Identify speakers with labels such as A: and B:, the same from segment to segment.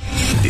A: The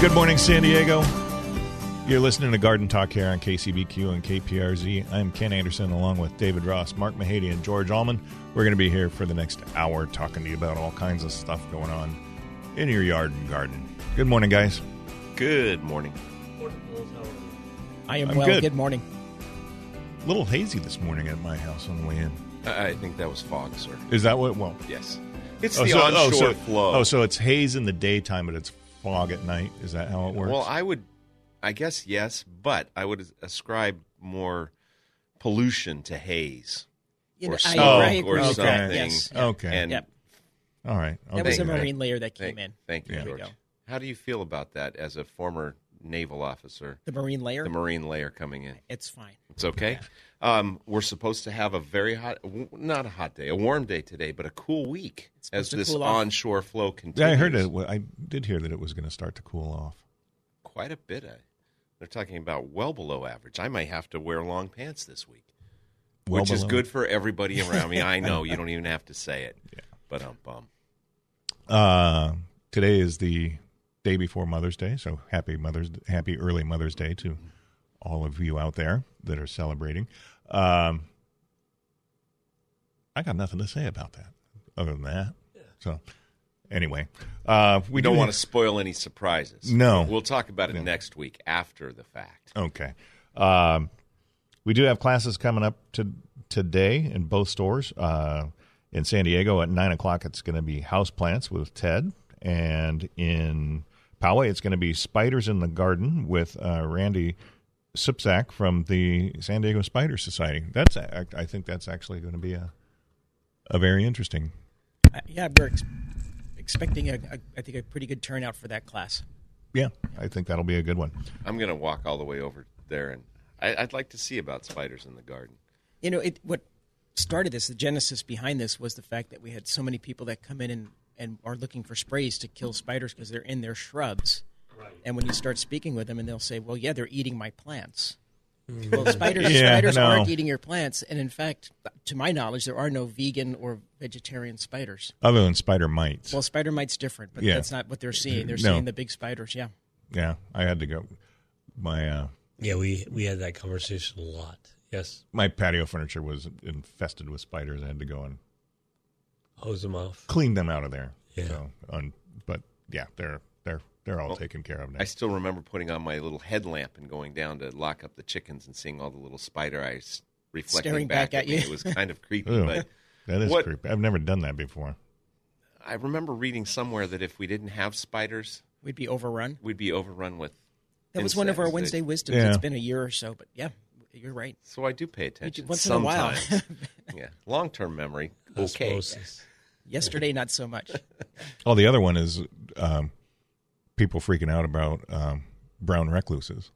B: Good morning, San Diego. You're listening to Garden Talk here on KCBQ and KPRZ. I'm Ken Anderson along with David Ross, Mark Mahady, and George Allman. We're going to be here for the next hour talking to you about all kinds of stuff going on in your yard and garden. Good morning, guys.
C: Good morning.
D: I am
B: I'm
D: well.
B: good.
D: Good. morning.
B: A little hazy this morning at my house on the way in.
C: I I think that was fog, sir.
B: Is that what? Well,
C: Yes. It's the
B: Oh, so-
C: onshore
B: so,
C: flow.
B: Oh, so it's haze in the daytime, but it's fog at night. Is that how it works?
C: well, I would, I guess, yes, but I would ascribe more pollution to haze
D: You
C: or
D: know, I-
C: smoke
D: right,
C: or
D: right,
B: Oh, okay.
C: something.
D: Yes.
B: Okay.
C: And
D: Yep.
B: all right. I'll
D: That was a
B: give you
D: marine layer that came
C: thank,
D: in.
C: thank you,
B: Yeah.
D: There we
C: George.
D: go.
C: How do you feel about that as a former naval officer?
D: The marine layer.
C: The Marine layer coming in.
D: it's fine.
C: It's okay. Um, we're supposed to have a very hot, w- not a hot day, a warm day today, but a cool week
D: It's supposed
C: as
D: to
C: this
D: cool off.
C: onshore flow
B: Yeah,
C: continues.
B: I heard it. I did hear that it was going to start to cool off.
C: quite a bit. Of, they're talking about well below average. I might have to wear long pants this week,
B: Well
C: which is
B: below.
C: good for everybody around me. I know you don't even have to say it, but um, bum.
B: Uh, today is the day before Mother's Day, so happy Mother's, happy early Mother's Day to all of you out there that are celebrating. Um, I got nothing to say about that, other than that. So, anyway, uh, we
C: We don't
B: do-
C: want to spoil any surprises.
B: No.
C: we'll talk about it
B: No.
C: next week after the fact.
B: Okay. Um, we do have classes coming up to today in both stores. Uh, in San Diego at nine o'clock, it's going to be house plants with Ted, and in Poway, it's going to be spiders in the garden with uh, Randy Sipsack from the San Diego Spider Society. That's I I think that's actually going to be a a very interesting.
D: Uh, yeah, we're ex- expecting a, a, I think a pretty good turnout for that class.
B: Yeah, I think that'll be a good one.
C: I'm gonna walk all the way over there, and I, I'd like to see about spiders in the garden.
D: You know, it what started this, the genesis behind this was the fact that we had so many people that come in and, and are looking for sprays to kill spiders because they're in their shrubs. Right. And when you start speaking with them, and they'll say, "Well, yeah, they're eating my plants." Well, spiders,
B: Yeah,
D: spiders
B: no.
D: aren't eating your plants, and in fact, to my knowledge, there are no vegan or vegetarian spiders.
B: Other than spider mites,
D: Well, spider mite's different, but
B: Yeah.
D: that's not what they're seeing. They're
B: No.
D: seeing the big spiders. Yeah,
B: yeah, I had to go. My uh,
E: Yeah, we we had that conversation a lot. Yes,
B: my patio furniture was infested with spiders. I had to go and
E: hose them off.
B: clean them out of there.
E: Yeah.
B: So, on, but yeah, they're they're they're all
C: Well,
B: taken care of now.
C: Oh, I still remember putting on my little headlamp and going down to lock up the chickens and seeing all the little spider eyes reflecting
D: Staring back at
C: me.
D: you.
C: It was kind of creepy,
B: Ew.
C: but
B: that is
C: what-
B: creepy. I've never done that before.
C: I remember reading somewhere that if we didn't have spiders,
D: we'd be overrun.
C: we'd be overrun with.
D: That was one of our
C: insects.
D: Wednesday
C: They-
D: wisdoms.
B: Yeah.
D: It's been a year or so, but yeah, you're right.
C: So I do pay
D: We do-
C: attention
D: once in a while.
C: sometimes. yeah, long-term memory. Okay.
E: Osmosis.
D: Yesterday, not so much.
B: Oh, the other one is um, people freaking out about um, brown recluses,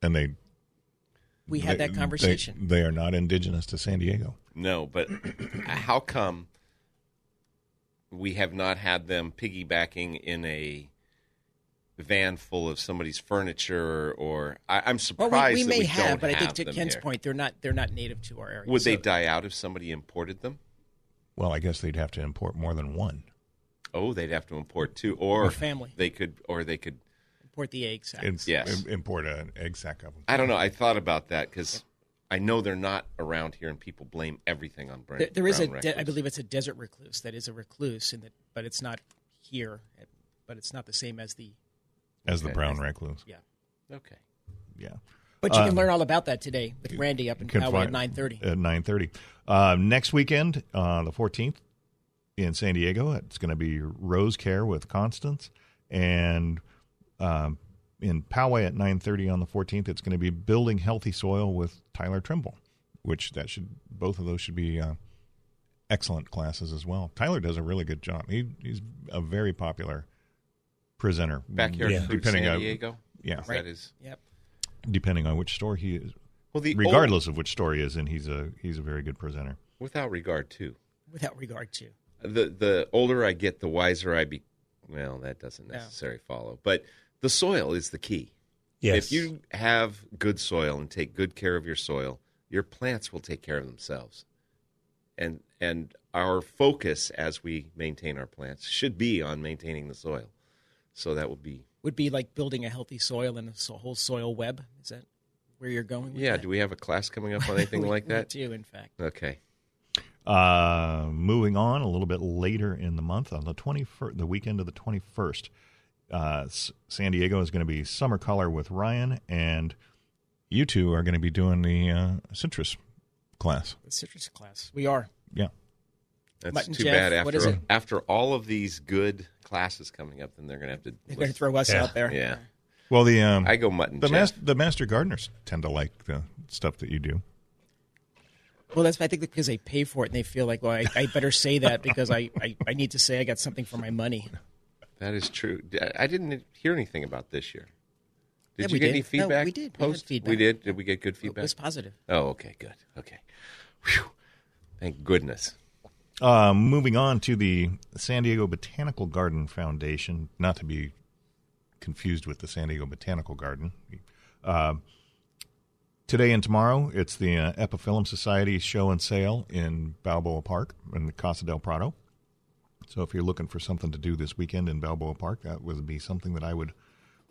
B: and they
D: We had
B: they-
D: that conversation.
B: They, they are not indigenous to San Diego.
C: No, but how come we have not had them piggybacking in a van full of somebody's furniture? Or I, I'm
D: Well,
C: surprised
D: we, we
C: that
D: may
C: we
D: have,
C: don't
D: but I think
C: have
D: to
C: them
D: Ken's
C: here.
D: point, they're not they're not native to our area.
C: Would they
D: So
C: die out if somebody imported them?
B: Well, I guess they'd have to import more than one.
C: Oh, they'd have to import two, or,
D: Or family.
C: They could, or they could.
D: Import the egg sack.
B: Ins-
C: Yes.
B: im- import an egg sack of them.
C: I don't know. I thought about that because I know they're not around here, and people blame everything on Brent.
D: There- there is a,
C: Brown
D: de- I
C: Recluse.
D: believe it's a desert recluse that is a recluse, in the, but it's not here. But it's not the same as the
B: As the
C: Okay.
B: brown recluse.
D: yeah.
C: Okay.
B: Yeah.
D: But you
B: Uh,
D: can learn all about that today with Randy up in
B: Can
D: Poway
B: fly-
D: at nine thirty.
B: At nine thirty. Uh, next weekend, uh, the fourteenth, in San Diego, it's going to be Rose Care with Constance, and um, in Poway at nine thirty on the fourteenth, it's going to be Building Healthy Soil with Tyler Trimble, which that should both of those should be. Uh, Excellent classes as well. Tyler does a really good job. He, he's a very popular presenter.
C: Backyard
E: Yeah.
C: food,
B: Depending
C: San
B: on-
C: Diego.
B: yeah.
C: Is
B: Right.
C: That is.
D: Yep.
B: Depending on which store he is,
C: Well, the old-
B: regardless of which store he is in, he's a he's a very good presenter.
C: without regard to
D: Without regard to
C: the the older I get, the wiser I be. Well, that doesn't
D: No.
C: necessarily follow, but the soil is the key.
E: Yes.
C: If you have good soil and take good care of your soil, your plants will take care of themselves. And and our focus as we maintain our plants should be on maintaining the soil. So that would be
D: would be like building a healthy soil and a so- whole soil web. Is that where you're going? With
C: yeah.
D: that?
C: Do we have a class coming up on anything like
D: We
C: that?
D: do in fact.
C: Okay.
B: Uh, moving on a little bit later in the month, on the twenty first, the weekend of the twenty first, uh, S- San Diego is going to be Summer Color with Ryan, and you two are going to be doing the uh, citrus class.
D: The citrus class. We are.
B: Yeah,
C: That's
D: Mutton
C: too
D: Jeff,
C: bad. After
D: what is it?
C: after all of these good classes coming up, then they're gonna have to.
D: They're going to throw us
E: Yeah.
D: out there.
C: yeah.
B: well, the um,
C: I go mutton.
B: the
C: Jeff.
B: mas- the master gardeners tend to like the stuff that you do.
D: Well, that's I think because they pay for it and they feel like, well, I, I better say that because I, I, I need to say I got something for my money.
C: That is true. D- I didn't hear anything about this year. Did
D: Yeah,
C: you
D: we
C: get
D: did.
C: any
D: No,
C: feedback?
D: we did. We had
C: Post?
D: feedback.
C: We did. Did we get good
D: It
C: feedback?
D: was positive.
C: oh, okay, good. Okay. Whew. Thank goodness.
B: Uh, moving on to the San Diego Botanical Garden Foundation, not to be confused with the San Diego Botanical Garden. Uh, today and tomorrow, it's the uh, Epiphyllum Society show and sale in Balboa Park in the Casa del Prado. So if you're looking for something to do this weekend in Balboa Park, that would be something that I would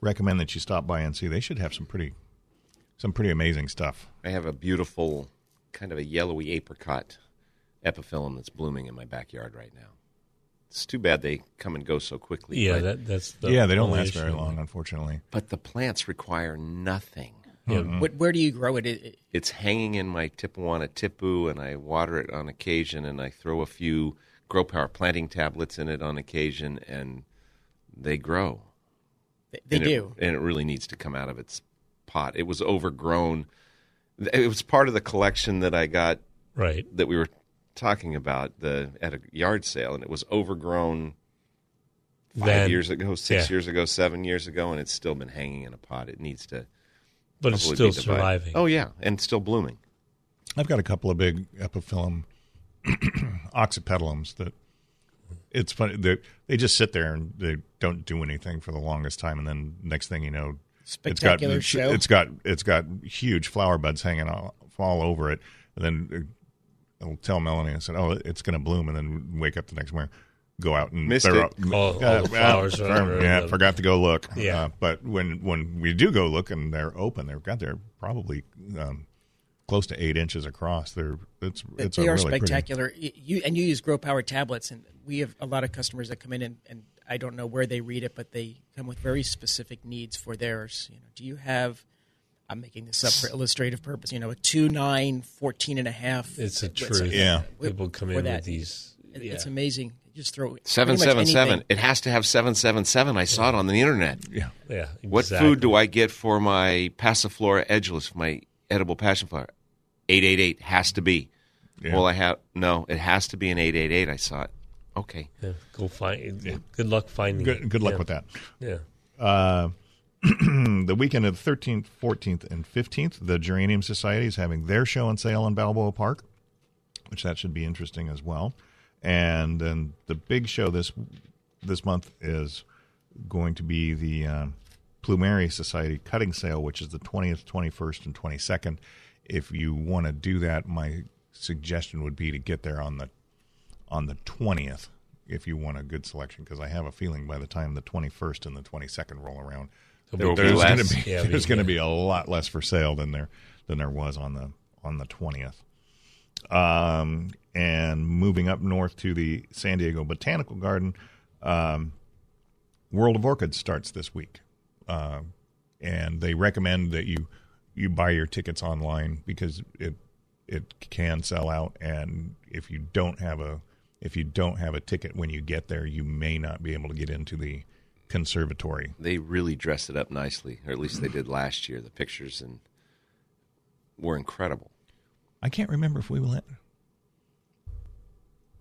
B: recommend that you stop by and see. They should have some pretty, some pretty amazing stuff.
C: I have a beautiful, kind of a yellowy apricot epiphyllum that's blooming in my backyard right now. It's too bad they come and go so quickly.
E: yeah,
C: but,
E: that, that's the
B: yeah, they don't
E: only
B: last very
E: issue.
B: long, unfortunately.
C: but the plants require nothing.
D: What, where do you grow it? It- it-
C: It's hanging in my Tipuana tipu, and I water it on occasion, and I throw a few grow power planting tablets in it on occasion, and they grow.
D: they
C: and it-
D: do.
C: and it really needs to come out of its pot. It was overgrown. It was part of the collection that I got
E: Right.
C: that we were talking about the at a yard sale, and it was overgrown five
E: Then-
C: years ago, six
E: yeah.
C: years ago, seven years ago, and it's still been hanging in a pot. It needs to,
E: But it's
C: probably
E: still
C: be divided.
E: surviving.
C: Oh yeah, and still blooming.
B: I've got a couple of big epiphyllum oxypetalums that it's funny they they just sit there and they don't do anything for the longest time, and then next thing you know, it's got
D: Spectacular
B: it's-
D: show.
B: it's got it's got huge flower buds hanging all, all over it, and then uh, I'll tell Melanie I said, "Oh, it's going to bloom," and then wake up the next morning. Go out and
C: Missed
B: they're
C: it.
B: out-
E: All- all the flowers are under
B: yeah,
E: the-
B: forgot to go look. Uh,
E: Yeah.
B: but when when we do go look and they're open, they've got they're probably um, close to eight inches across. They're it's it's
D: they
B: a
D: are
B: really pretty-
D: spectacular. Y- You and you use Grow Power tablets, and we have a lot of customers that come in and, and I don't know where they read it, but they come with very specific needs for theirs. You know, do you have? I'm making this up for illustrative purpose. You know, a two nine fourteen and a half.
E: It's a
D: It's-
E: truth.
B: Yeah.
E: People come
D: For
E: in
D: that.
E: with these.
D: It-
E: yeah.
D: It's amazing. You just throw pretty
C: Seven
D: much
C: seven seven.
D: anything.
C: It has to have seven seven seven. I saw it on the internet.
B: Yeah,
E: Yeah.
C: What
E: exactly.
C: food do I get for my passiflora edgeless, my edible passion flower? 888 has to be.
B: Yeah.
C: Well, I have no, it has to be an 888. I saw it. Okay.
E: Yeah, go find. Good luck finding.
B: good
E: it.
B: good luck
E: Yeah.
B: with that.
E: Yeah.
B: Uh, the weekend of the 13th, 14th, and 15th, the Geranium Society is having their show and sale in Balboa Park, which that should be interesting as well. And then the big show this this month is going to be the um, Plumeria Society cutting sale, which is the 20th, 21st, and 22nd. If you want to do that, my suggestion would be to get there on the on the 20th if you want a good selection because I have a feeling by the time the 21st and the 22nd roll around,
E: There'll
B: there-
E: be
B: there's
E: less.
B: going to be
E: Yeah, I mean,
B: there's going to
E: yeah.
B: be a lot less for sale than there than there was on the on the 20th. Um, and moving up north to the San Diego Botanical Garden, um, World of Orchids starts this week, uh, and they recommend that you you buy your tickets online because it it can sell out, and if you don't have a if you don't have a ticket when you get there, you may not be able to get into the conservatory.
C: They really dressed it up nicely, or at least they did last year. The pictures and were incredible.
B: I can't remember if we went.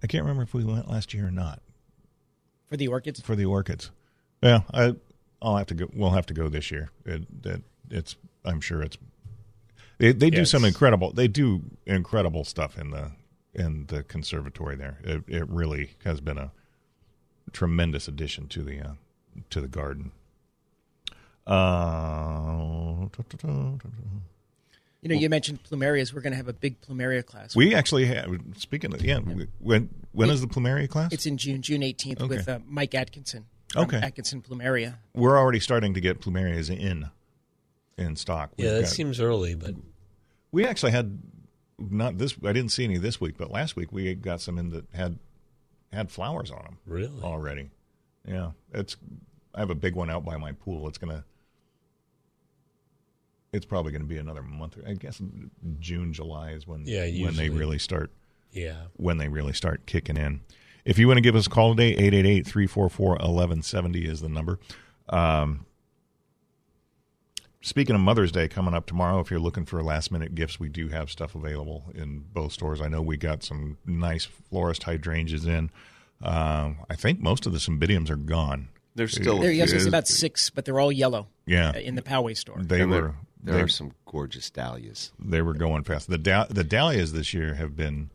B: I can't remember if we went last year or not.
D: for the orchids.
B: for the orchids. Yeah, I, I'll have to go. We'll have to go this year. It, that it's. I'm sure it's. They, they do
F: Yes.
B: some incredible. They do incredible stuff in the in the conservatory there. It, it really has been a tremendous addition to the uh, to the garden. Uh,
D: You know, you mentioned plumerias. We're going to have a big plumeria class.
B: we actually have. Speaking of yeah, we- when when is the plumeria class?
D: it's in June, June 18th, with
B: Okay.
D: uh, Mike Atkinson. from
B: Okay.
D: Atkinson Plumeria.
B: We're already starting to get plumerias in in stock. We've
E: Yeah, that
B: got-
E: seems early, but
B: We actually had not this. I didn't see any this week, but last week we got some in that had had flowers on them
E: really,
B: already. Yeah, it's. I have a big one out by my pool. It's gonna. It's probably going to be another month. I guess June, July is when
E: Yeah,
B: when they
E: usually.
B: really start
E: yeah.
B: when they really start kicking in. If you want to give us a call today, 888-344-1170 is the number. Um, speaking of Mother's Day coming up tomorrow, if you're looking for last minute gifts, we do have stuff available in both stores. I know we got some nice florist hydrangeas in. Um, I think most of the cymbidiums are gone.
C: There's still a
D: There, yes,
C: few-
D: there's about six, but they're all yellow
B: Yeah.
D: uh, in the Poway store.
B: They
C: and there-
B: were
C: There
B: they,
C: are some gorgeous dahlias.
B: they were going fast. The da- the dahlias this year have been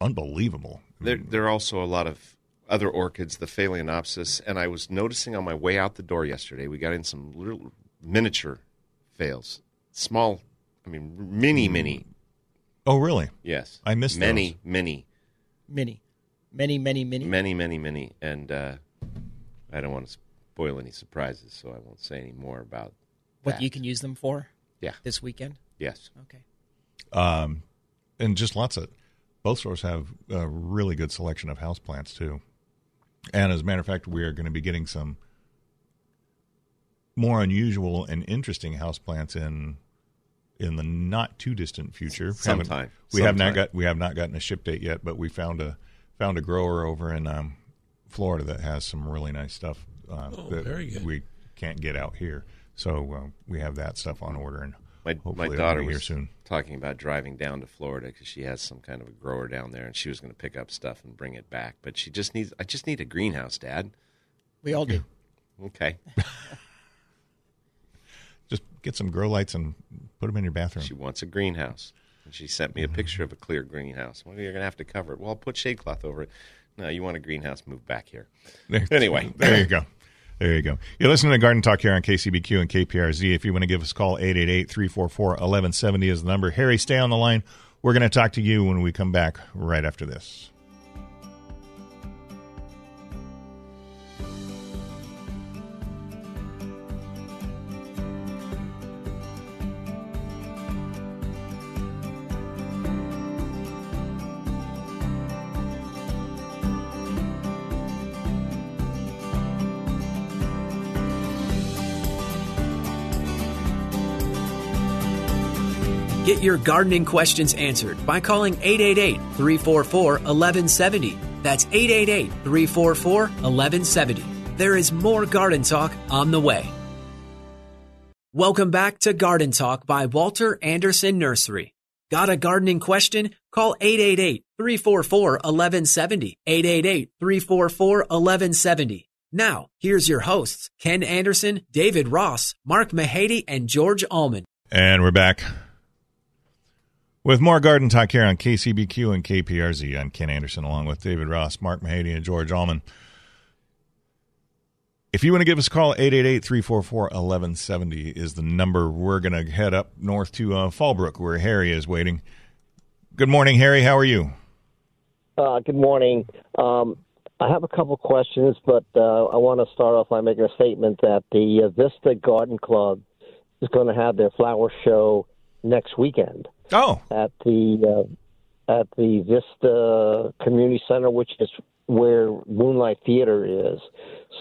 B: unbelievable.
C: There, there are also a lot of other orchids, the Phalaenopsis, and I was noticing on my way out the door yesterday, we got in some little miniature phales, small, I mean, mini, mini.
B: Oh, really?
C: Yes,
B: Mm. I missed
C: many,
B: those.
C: many,
D: Many, many, many, many.
C: many, many, many, and uh, I don't want to spoil any surprises, so I won't say any more about
D: what
C: that.
D: you can use them for
C: Yeah.
D: this weekend.
C: Yes,
D: Okay.
B: um, and just lots of both stores have a really good selection of houseplants too. And as a matter of fact, we are going to be getting some more unusual and interesting houseplants in in the not too distant future. Haven't-
C: Sometime.
B: we have not
C: Sometime.
B: got we have not gotten a ship date yet, but we found a found a grower over in um, Florida that has some really nice stuff uh,
E: Oh,
B: that
E: very good.
B: we can't get out here. So uh, we have that stuff on order, and
C: my
B: hopefully
C: my
B: it'll
C: daughter
B: be
C: was
B: here soon.
C: talking about driving down to Florida because she has some kind of a grower down there, and she was going to pick up stuff and bring it back, but she just needs I just need a greenhouse, Dad.
D: We all do.
C: Okay.
B: just get some grow lights and put them in your bathroom.
C: She wants a greenhouse. And she sent
B: Mm-hmm.
C: me a picture of a clear greenhouse. Well, you're going to have to cover it. Well, I'll put shade cloth over it. No, you want a greenhouse, move back here. Anyway.
B: there you go. There you go. You're listening to Garden Talk here on KCBQ and KPRZ. If you want to give us a call, 888-344-1170 is the number. Harry, stay on the line. We're going to talk to you when we come back right after this.
G: Get your gardening questions answered by calling 888 344 1170. That's 888 344 1170. There is more garden talk on the way. Welcome back to Garden Talk by Walter Anderson Nursery. Got a gardening question? Call 888 344 1170. 888 344 1170. Now, here's your hosts Ken Anderson, David Ross, Mark Mahady, and George Allman.
B: And we're back with more Garden Talk here on KCBQ and KPRZ. I'm Ken Anderson along with David Ross, Mark Mahady, and George Allman. If you want to give us a call, 888-344-1170 is the number. We're going to head up north to uh, Fallbrook where Harry is waiting. Good morning, Harry. How are you?
H: Uh, good morning. Um,
F: I have a couple questions, but uh, I want to start off by making a statement that the uh, Vista Garden Club is going to have their flower show next weekend
B: Oh,
F: at the uh, at the Vista Community Center, which is where Moonlight Theater is.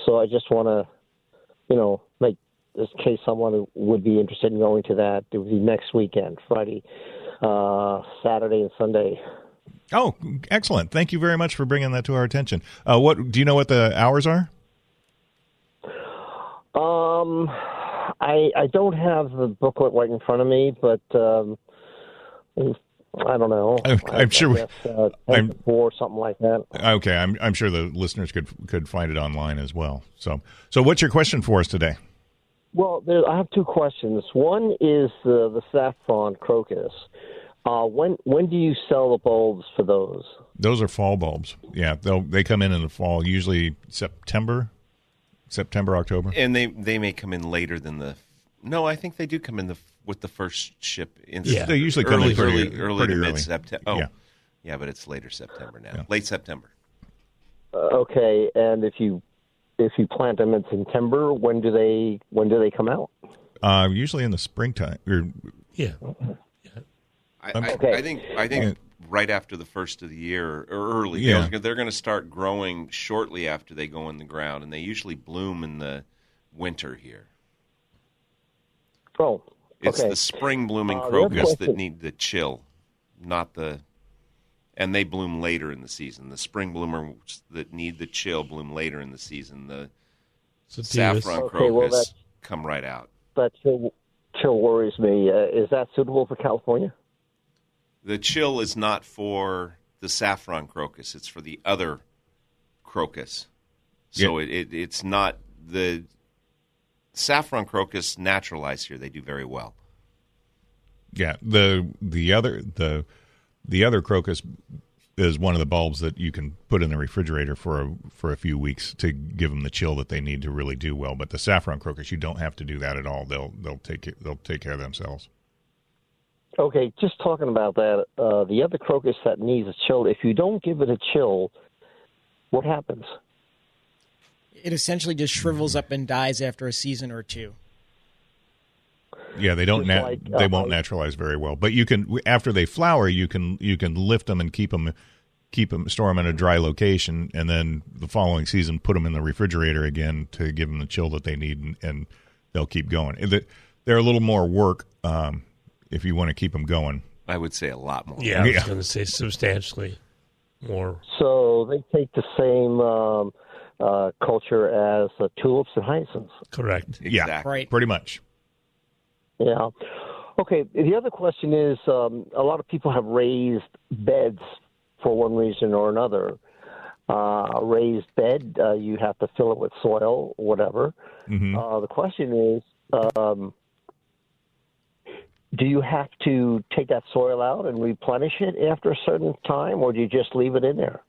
F: So I just want to, you know, make in case someone would be interested in going to that. It would be next weekend, Friday, uh, Saturday, and Sunday.
B: oh, excellent! Thank you very much for bringing that to our attention. Uh, what do you know? What the hours are?
F: Um, I I don't have the booklet right in front of me, but um, I don't know.
B: I'm- I'm sure we-
F: I guess, uh, 10
B: I'm-
F: to four something like that.
B: Okay, I'm I'm sure the listeners could could find it online as well. So, so what's your question for us today?
F: Well, there, I have two questions. One is the the saffron crocus. Uh, when when do you sell the bulbs for those?
B: Those are fall bulbs. Yeah, they they come in in the fall, usually September, September October.
C: and they they may come in later than the. No, I think they do come in the with the first ship. In
E: Yeah.
B: They usually come
C: early,
B: in pretty
C: early, early
B: pretty
C: to
B: early.
C: mid September. Oh,
B: Yeah.
C: yeah. but it's later September now. Late September.
F: Uh, okay, and if you if you plant them in September, when do they when do they come out?
B: Uh, usually in the springtime. Or,
E: Yeah.
C: I, I,
F: Okay.
C: I think I think right after the first of the year or early,
B: Yeah.
C: they're, they're going to start growing shortly after they go in the ground, and they usually bloom in the winter here.
F: Oh,
C: It's
F: okay.
C: the spring blooming
F: Uh, the other
C: crocus that
F: question-
C: need the chill, not the. And they bloom later in the season. The spring bloomers that need the chill bloom later in the season. The
E: So
C: saffron
F: Okay, well,
C: crocus
F: that's-
C: come right out.
F: that chill, chill worries me. Uh, is that suitable for California?
C: The chill is not for the saffron crocus; it's for the other crocus. So it, it it's not the saffron crocus naturalized here. They do very well.
B: yeah, the the other the the other crocus is one of the bulbs that you can put in the refrigerator for a, for a few weeks to give them the chill that they need to really do well. But the saffron crocus, you don't have to do that at all. They'll they'll take it, they'll take care of themselves.
F: Okay, just talking about that, uh, the other crocus that needs a chill, if you don't give it a chill, what happens?
D: It essentially just shrivels up and dies after a season or two.
B: Yeah, they don't.
F: Just
B: Na-
F: like,
B: they
F: uh,
B: won't
F: like-
B: naturalize very well. But you can after they flower, you can you can lift them and keep them, keep them, store them in a dry location, and then the following season put them in the refrigerator again to give them the chill that they need, and, and they'll keep going. And the- They're a little more work um, if you want to keep them going.
C: I would say a lot more.
E: Yeah, I was
B: Yeah.
E: going to say substantially more.
F: So they take the same um, uh, culture as uh, tulips and hyacinths.
E: Correct.
B: Yeah,
C: Exactly.
D: Right.
B: pretty much.
F: Yeah. Okay. The other question is, um, a lot of people have raised beds for one reason or another. Uh, a raised bed, uh, you have to fill it with soil, whatever. Uh, the question is, um, do you have to take that soil out and replenish it after a certain time, or do you just leave it in there?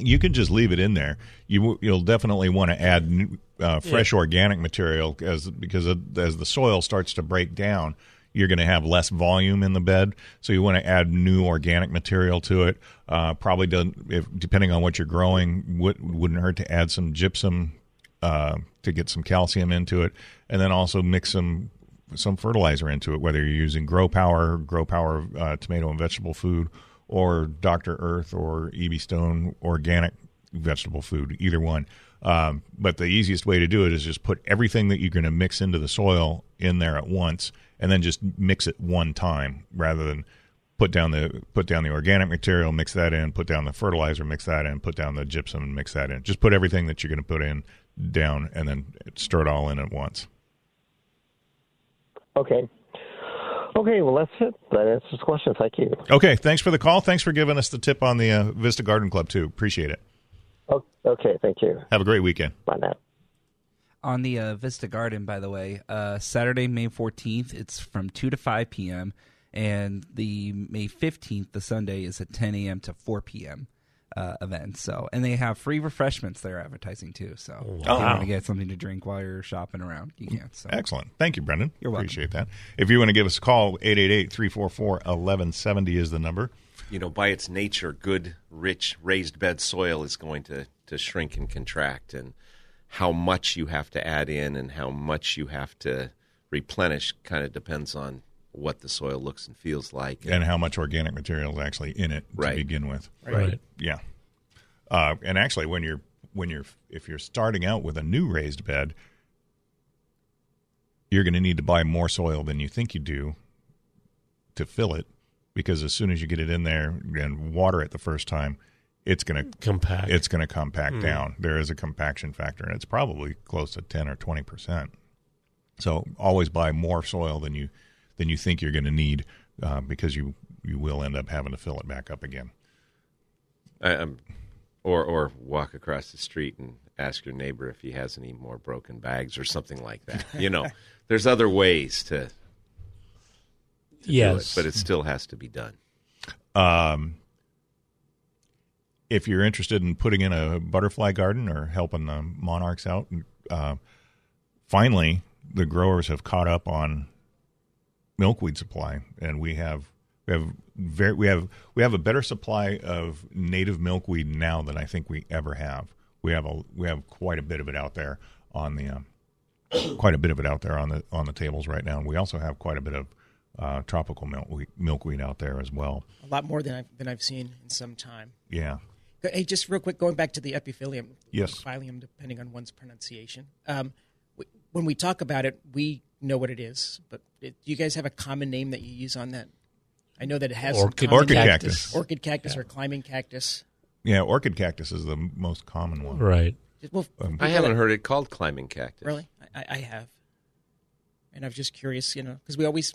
B: you can just leave it in there. You w- you'll definitely want to add new, uh, fresh organic material as because of, as the soil starts to break down, you're going to have less volume in the bed. So you want to add new organic material to it. Uh, probably doesn't if, depending on what you're growing, would, wouldn't hurt to add some gypsum uh, to get some calcium into it, and then also mix some some fertilizer into it, whether you're using Grow Power, Grow Power uh, tomato and vegetable food, or Dr. Earth or EB Stone organic vegetable food, either one. Um, but the easiest way to do it is just put everything that you're going to mix into the soil in there at once, and then just mix it one time rather than put down the put down the organic material, mix that in, put down the fertilizer, mix that in, put down the gypsum, and mix that in. Just put everything that you're going to put in down, and then stir it all in at once.
F: Okay. Okay. Well, that's it. That answers the question. Thank you.
B: Okay, thanks for the call. Thanks for giving us the tip on the uh, Vista Garden Club too. Appreciate it.
F: O- Okay. Thank you.
B: Have a great weekend.
F: Bye now.
H: on the uh, Vista Garden, by the way, uh, Saturday, May 14th, it's from 2 to 5 p.m. And the May 15th, the Sunday, is a 10 a.m. to 4 p.m. Uh, event. So, and they have free refreshments they're advertising too. So,
E: Oh,
H: if you want to get something to drink while you're shopping around, you can. So,
B: Excellent. Thank you, Brendan.
H: You're welcome.
B: Appreciate that. If you want to give us a call, 888-344-1170 is the number.
C: You know, by its nature, good, rich, raised bed soil is going to to shrink and contract and how much you have to add in and how much you have to replenish kind of depends on what the soil looks and feels like
B: and how much organic material is actually in it
C: Right.
B: to begin with.
A: Right.
B: Yeah. Uh, and actually, when you're when you're if you're starting out with a new raised bed, you're going to need to buy more soil than you think you do to fill it, because as soon as you get it in there and water it the first time, it's going to
A: Compact. Hmm.
B: it's going to compact down. There is a compaction factor, and it's probably close to ten or twenty percent. So always buy more soil than you than you think you're going to need, uh, because you you will end up having to fill it back up again.
C: I, um, or or walk across the street and ask your neighbor if he has any more broken bags or something like that. You know, there's other ways to
A: yes.
C: do it, but it still has to be done.
B: Um, if you're interested in putting in a butterfly garden or helping the monarchs out, uh, finally the growers have caught up on milkweed supply, and we have we have very we have we have a better supply of native milkweed now than I think we ever have. We have a we have quite a bit of it out there on the um, quite a bit of it out there on the on the tables right now, and we also have quite a bit of uh, tropical milkweed, milkweed out there as well.
D: A lot more than I've, than I've seen in some time.
B: Yeah.
D: Go- Hey, just real quick, going back to the epiphylium.
B: Yes.
D: Epiphylium, depending on one's pronunciation. Um, w- when we talk about it, we know what it is, but it, do you guys have a common name that you use on that? I know that it has some
A: Orchid,
D: common-
B: Orchid
A: cactus.
B: cactus.
D: orchid cactus or climbing cactus.
B: Yeah, orchid cactus is the m- most common one.
A: Right.
D: Well,
C: I haven't heard it called climbing cactus.
D: really, I, I have, and I was just curious, you know, because we always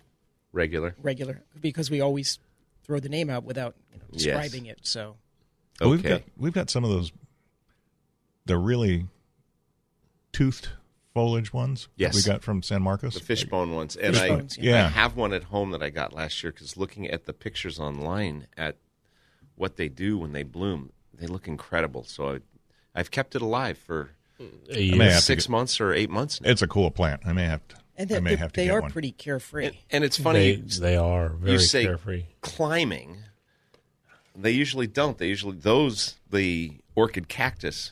C: Regular.
D: regular because we always throw the name out without you know,
C: Yes.
D: describing it. So
B: But Oh, We've
C: Okay.
B: got we've got some of those the really toothed foliage ones that
C: Yes.
B: we got from San Marcos.
C: the fishbone ones, and I,
D: Fishbones, yeah.
B: Yeah.
C: I have one at home that I got last year because looking at the pictures online at what they do when they bloom, they look incredible. So I, I've kept it alive for
A: Yes.
B: may have to
C: six months or eight months now.
B: It's a cool plant. I may have to
D: and
B: I
D: they,
B: may
D: they,
B: have to
D: they
B: get
D: are
B: one.
D: pretty carefree.
C: and it's funny,
A: They, they are very
C: say-
A: carefree.
C: climbing. They usually don't. They usually those the orchid cactus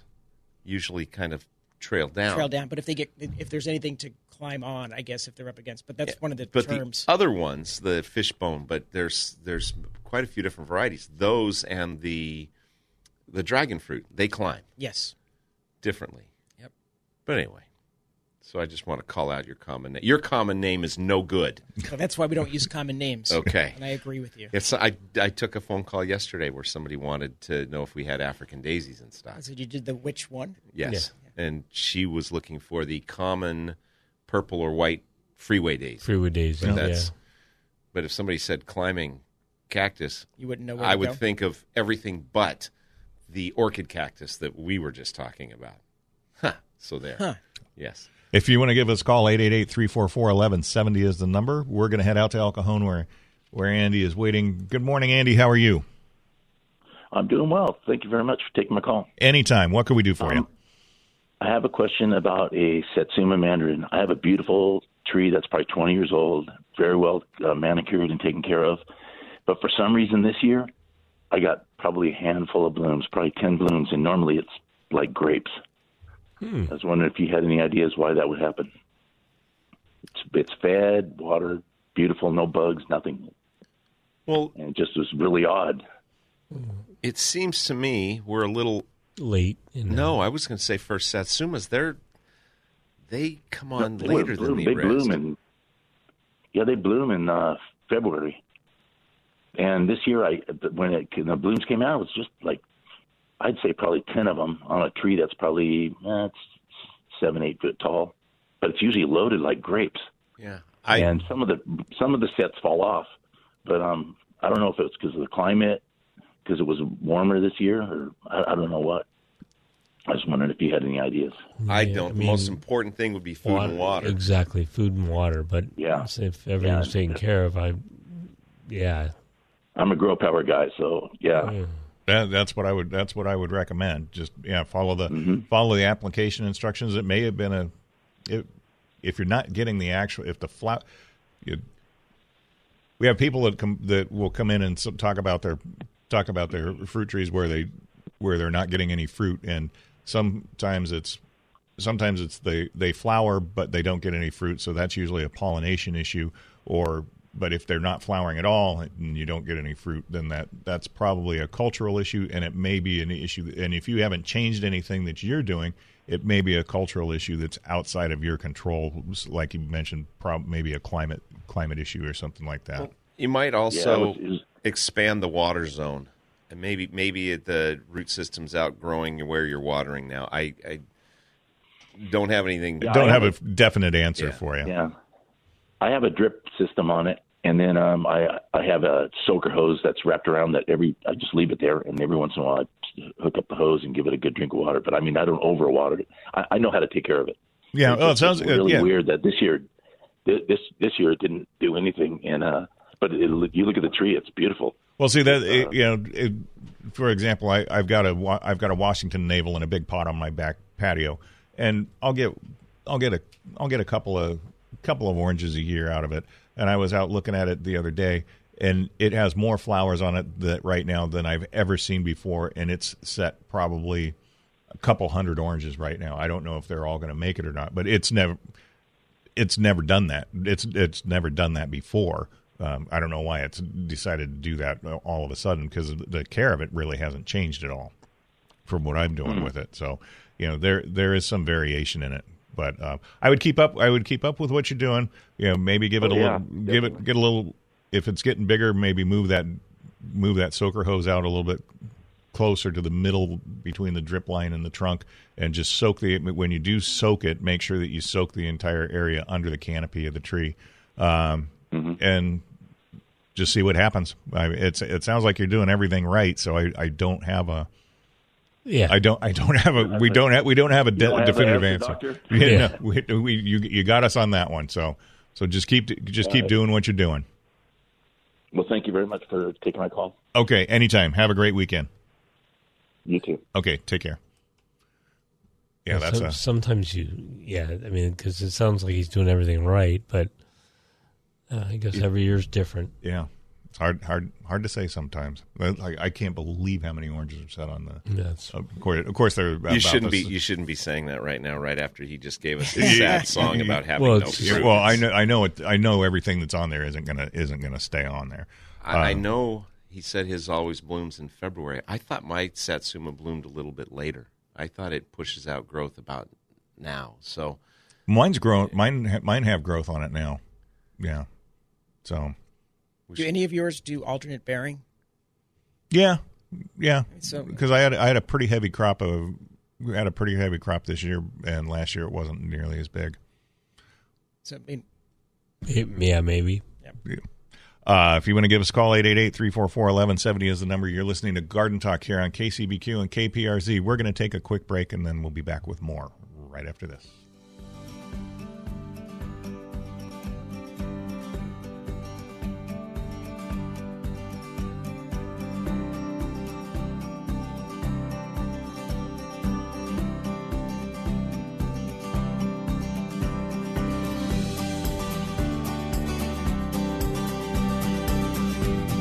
C: usually kind of trail down.
D: trail down. But if they get if there's anything to climb on, I guess if they're up against. But that's one of the
C: But
D: terms.
C: the other ones, the fishbone, but there's there's quite a few different varieties. Those and the the dragon fruit, they climb
D: yes.
C: differently.
D: Yep.
C: But anyway, so I just want to call out your common name. Your common name is no good.
D: So that's why we don't use common names.
C: Okay.
D: And I agree with you.
C: It's I I took a phone call yesterday where somebody wanted to know if we had African daisies in stock.
D: I said you did the which one?
C: Yes. And she was looking for the common purple or white freeway daisy.
A: Freeway days.
C: But
A: yeah.
C: that's but if somebody said climbing cactus,
D: You wouldn't know. Where
C: I
D: to
C: would
D: go.
C: think of everything but the orchid cactus that we were just talking about. Huh. So there.
D: Huh.
C: Yes.
B: If you want to give us a call, 888-344-1170 is the number. We're going to head out to El Cajon where, where Andy is waiting. Good morning, Andy. How are you?
F: I'm doing well. Thank you very much for taking my call.
B: Anytime. What can we do for you?
F: Um, I have a question about a Satsuma mandarin. I have a beautiful tree that's probably 20 years old, very well uh, manicured and taken care of. But for some reason this year, I got probably a handful of blooms, probably 10 blooms, and normally it's like grapes.
B: Hmm.
F: I was wondering if you had any ideas why that would happen. It's, it's fed, watered, beautiful, no bugs, nothing.
C: Well,
F: And it just was really odd.
C: it seems to me we're a little
A: Late. You know.
C: No, I was going to say first satsumas, they're they come on
F: They
C: later
F: bloom,
C: than the
F: they
C: rest.
F: bloom in yeah they bloom in uh, February, and this year I when it when the blooms came out it was just like I'd say probably ten of them on a tree that's probably eh, it's seven eight foot tall, but it's usually loaded like grapes,
C: yeah. I
F: and some of the some of the sets fall off, but um I don't know if it's because of the climate, because it was warmer this year, or I, I don't know what. I was wondering if you had any ideas.
C: I
A: Yeah,
C: don't.
A: I
C: the most
A: mean,
C: important thing would be food and water.
A: Exactly, food and water. But
F: Yeah.
A: if everything's
F: Yeah.
A: taken care of, I yeah,
F: I'm a grow power guy, so yeah.
B: That, that's what I would. That's what I would recommend. Just yeah, follow the follow the application instructions. It may have been a, it, if you're not getting the actual, if the flower, you, we have people that come that will come in and some, talk about their talk about their fruit trees where they where they're not getting any fruit, and sometimes it's sometimes it's they they flower but they don't get any fruit, so that's usually a pollination issue. Or but if they're not flowering at all and you don't get any fruit, then that that's probably a cultural issue, and it may be an issue. And if you haven't changed anything that you're doing, it may be a cultural issue that's outside of your control, like you mentioned, prob- maybe a climate climate issue or something like that.
C: You might also
B: Yeah, which
C: expand the water zone, and maybe maybe it, the root system's outgrowing where you're watering now. I, I don't have anything.
B: don't have a definite answer for you.
I: Yeah. I have a drip system on it, and then um, I I have a soaker hose that's wrapped around that every I just leave it there, and every once in a while I just hook up the hose and give it a good drink of water. But I mean, I don't overwater it. I, I know how to take care of it.
B: Yeah,
I: It's
B: oh, it
I: just
B: sounds good.
I: really
B: yeah.
I: weird that this year, thi- this this year it didn't do anything, and uh, but it, you look at the tree, it's beautiful.
B: Well, see that it, you know, it, for example, I, I've got a wa- I've got a Washington navel in a big pot on my back patio, and I'll get I'll get a I'll get a couple of couple of oranges a year out of it. And I was out looking at it the other day, and it has more flowers on it that right now than I've ever seen before, and it's set probably a couple hundred oranges right now. I don't know if they're all going to make it or not, but it's never it's never done that. It's it's never done that before. Um, I don't know why it's decided to do that all of a sudden because the care of it really hasn't changed at all from what I'm doing
J: Hmm.
B: with it. So you know there there is some variation in it, but uh, I would keep up. I would keep up with what you're doing. You know, maybe give it
J: Oh,
B: a
J: yeah,
B: little, give it get a little. If it's getting bigger, maybe move that move that soaker hose out a little bit closer to the middle between the drip line and the trunk and just soak the when you do soak it make sure that you soak the entire area under the canopy of the tree um, and just see what happens I, it's it sounds like you're doing everything right so i, I don't have a
J: Yeah.
B: I don't. I don't have a. We don't have. We don't have a
J: You
B: de-
J: don't have
B: definitive
J: an answer,
B: answer.
J: doctor?
B: Yeah,
J: Yeah.
B: no, we, we, you, you got us on that one. So, so just keep just
I: All
B: keep
I: right.
B: doing what you're doing.
I: Well, thank you very much for taking my call.
B: Okay. Anytime. Have a great weekend.
I: You too.
B: Okay. Take care. Yeah,
E: Well,
B: that's
E: some-
B: a,
E: sometimes you. Yeah, I mean, because it sounds like he's doing everything right, but uh, I guess
B: Yeah.
E: every year's different.
B: Yeah, it's hard, hard, hard to say sometimes. Like I can't believe how many oranges are set on the.
E: Yes.
B: Of course, of course they're. About
C: you shouldn't
B: this-
C: be. You shouldn't be saying that right now. Right after he just gave us a sad song about having
B: well,
C: no.
B: it's-
C: fruit.
B: Well, I know, I know it. I know everything that's on there isn't gonna isn't gonna stay on there.
C: I, I
B: Um,
C: know he said his always blooms in February. I thought my satsuma bloomed a little bit later. I thought it pushes out growth about now. So
B: Mine's grown. Mine, ha- mine have growth on it now. Yeah. So
D: Do any of yours do alternate bearing?
B: yeah, yeah.
D: So-
B: Because I had I had a pretty heavy crop of we had a pretty heavy crop this year, and last year it wasn't nearly as big.
D: So I mean,
E: Yeah, maybe.
B: Uh, if you want to give us a call, 888-344-1170 is the number. You're listening to Garden Talk here on KCBQ and KPRZ. We're going to take a quick break, and then we'll be back with more right after this.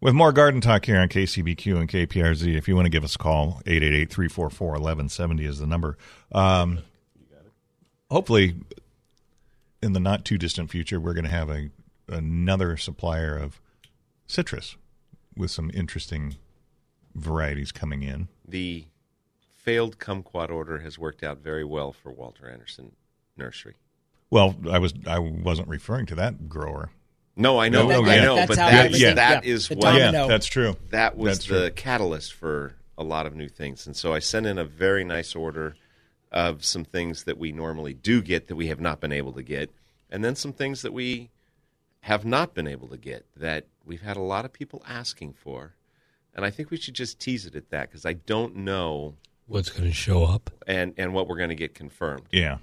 B: with more garden talk here on KCBQ and KPRZ. If you want to give us a call, 888-344-1170 is the number. Um, hopefully, in the not too distant future, we're going to have a another supplier of citrus with some interesting varieties coming in.
C: the failed kumquat order has worked out very well for Walter Anderson Nursery.
B: Well, I was I wasn't referring to that grower.
C: No, I know,
B: Oh,
C: I
B: yeah.
C: know, but that is, that is what.
B: Yeah, that's true.
C: That was
B: That's
C: the catalyst for a lot of new things, and so I sent in a very nice order of some things that we normally do get that we have not been able to get, and then some things that we have not been able to get that we've had a lot of people asking for, and I think we should just tease it at that because I don't know
E: what's going to show up.
C: and and what we're going to get confirmed.
B: Yeah.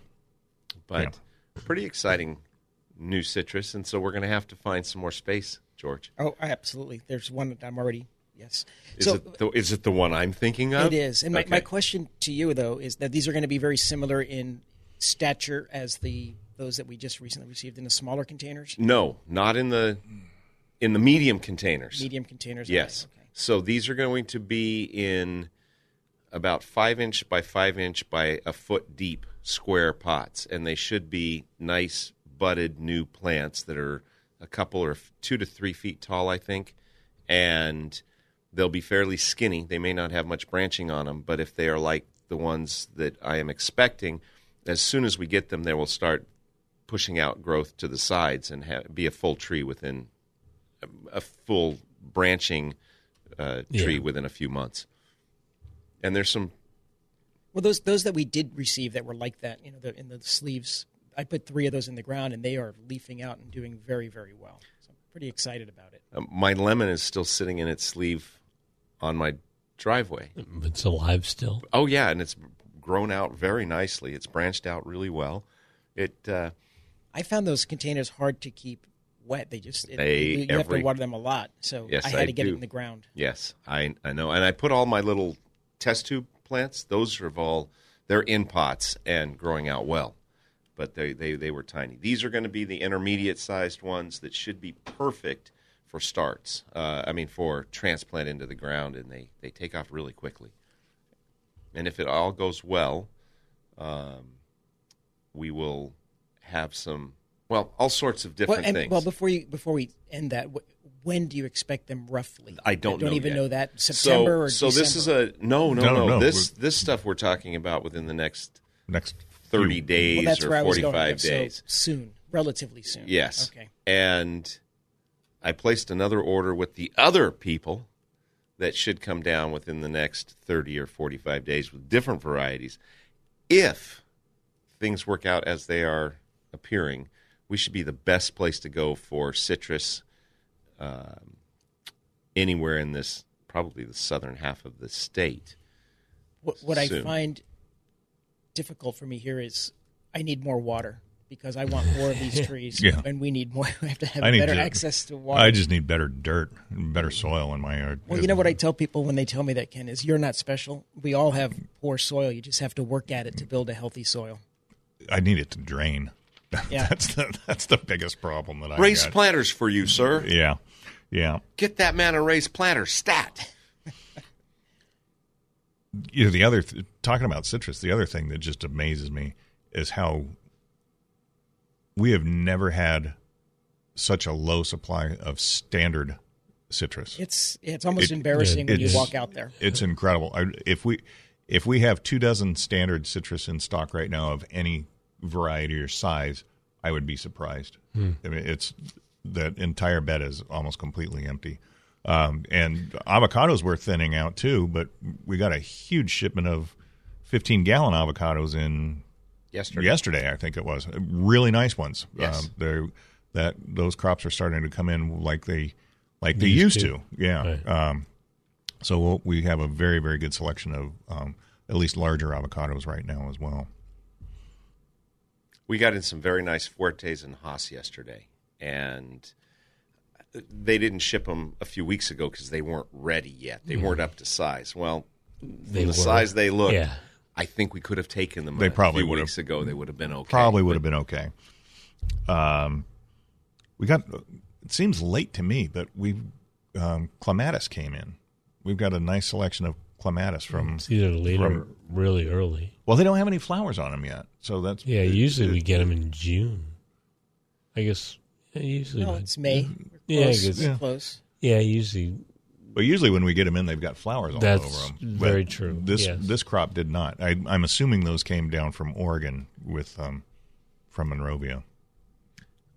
C: But pretty exciting new citrus, and so we're going to have to find some more space, George.
D: Oh, absolutely. There's one that I'm already. Yes.
C: Is,
D: so
C: it, the, is it the one I'm thinking of?
D: It is. And my,
C: Okay.
D: my question to you though is that these are going to be very similar in stature as the those that we just recently received in the smaller containers,
C: no, not in the in the medium containers.
D: medium containers. okay.
C: Yes. So these are going to be in about five inch by five inch by a foot deep square pots, and they should be nice budded new plants that are a couple or f- two to three feet tall, I think, and they'll be fairly skinny. They may not have much branching on them, but if they are like the ones that I am expecting, as soon as we get them, they will start pushing out growth to the sides and ha- be a full tree within a full branching uh, tree
E: Yeah.
C: within a few months. And there's some
D: Well, those those that we did receive that were like that, you know, the, in the sleeves, I put three of those in the ground, and they are leafing out and doing very very well. So I'm pretty excited about it.
C: Um, my lemon is still sitting in its sleeve on my driveway.
E: It's alive still.
C: Oh yeah, and it's grown out very nicely. It's branched out really well. It uh,
D: I found those containers hard to keep wet. They just it-
C: They-
D: you have
C: every-
D: to water them a lot. So
C: Yes,
D: I had
C: I
D: to get
C: do.
D: it in the ground.
C: yes, I I know, and I put all my little test tube plants. Those are of all they're in pots and growing out well, but they they they were tiny. These are going to be the intermediate sized ones that should be perfect for starts. Uh, I mean, for transplant into the ground, and they they take off really quickly. And if it all goes well, um, we will have some well all sorts of different
D: well, and,
C: things.
D: Well, before you before we end that, wh- when do you expect them roughly?
C: I don't.
D: don't
C: know
D: even
C: yet.
D: know that
C: So-
D: September or
C: so this is a
D: December.
C: no, no,
B: No,
C: no.
B: no,
C: This this stuff we're talking about within the next
B: next
C: thirty
B: few-
D: Well,
C: days
D: that's where
C: or
D: I was
C: forty
D: going.
C: five
D: so
C: days.
D: soon, relatively soon.
C: Yes.
D: Okay.
C: And I placed another order with the other people that should come down within the next thirty or forty five days with different varieties. If things work out as they are appearing, we should be the best place to go for citrus um, anywhere in this probably the southern half of the state.
D: What, what I
C: Soon.
D: find difficult for me here is I need more water because I want more of these trees,
B: Yeah.
D: and we need more. We have to have
B: I need
D: better
B: to-
D: access to water.
B: I just need better dirt, and better soil in my uh, yard.
D: Well, you know what I tell people when they tell me that Ken is you're not special. We all have poor soil. You just have to work at it to build a healthy soil.
B: I need it to drain.
D: Yeah.
B: that's the that's the biggest problem that I
C: Race
B: got.
C: planters for you, sir.
B: Yeah, yeah.
C: Get that man a race planter stat.
B: You know, the other th- talking about citrus. The other thing that just amazes me is how we have never had such a low supply of standard citrus.
D: It's it's almost
B: It-
D: embarrassing when you
B: it's-
D: walk out there.
B: It's incredible. I, if we if we have two dozen standard citrus in stock right now of any variety or size, I would be surprised. I mean, it's that entire bed is almost completely empty. Um, and avocados were thinning out too, but we got a huge shipment of 15 gallon avocados in
C: Yesterday.
B: Yesterday, I think it was really nice ones.
C: Yes.
B: they're that those crops are starting to come in like they like they,
E: used
B: used to.
E: to.
B: Yeah.
E: Right.
B: Um, so we'll, we have a very very good selection of um, at least larger avocados right now as well.
C: We got in some very nice Fuertes and Haas yesterday, and they didn't ship them a few weeks ago because they weren't ready yet. They weren't up to size. Well,
E: They
C: the
E: were.
C: size they look,
E: Yeah.
C: I think we could have taken them.
B: They
C: a
B: probably
C: few
B: would have-
C: weeks ago. They would have been okay.
B: Probably would have been okay. Um, we got it seems late to me, but we um, clematis came in. We've got a nice selection of clematis from.
E: It's either later, or
B: from-
E: really early.
B: Well, they don't have any flowers on them yet, so that's
E: Yeah,
B: it-
E: usually
B: it-
E: we get them in June. I guess yeah, usually.
D: No,
E: by-
D: it's May. We're
E: Yeah, I
D: close.
E: guess.
D: We're
B: Yeah.
D: close.
E: Yeah, usually.
B: But usually when we get them in, they've got flowers all
E: That's
B: over them.
E: very true,
B: This
E: yes.
B: this crop did not. I, I'm assuming those came down from Oregon with um, from Monrovia.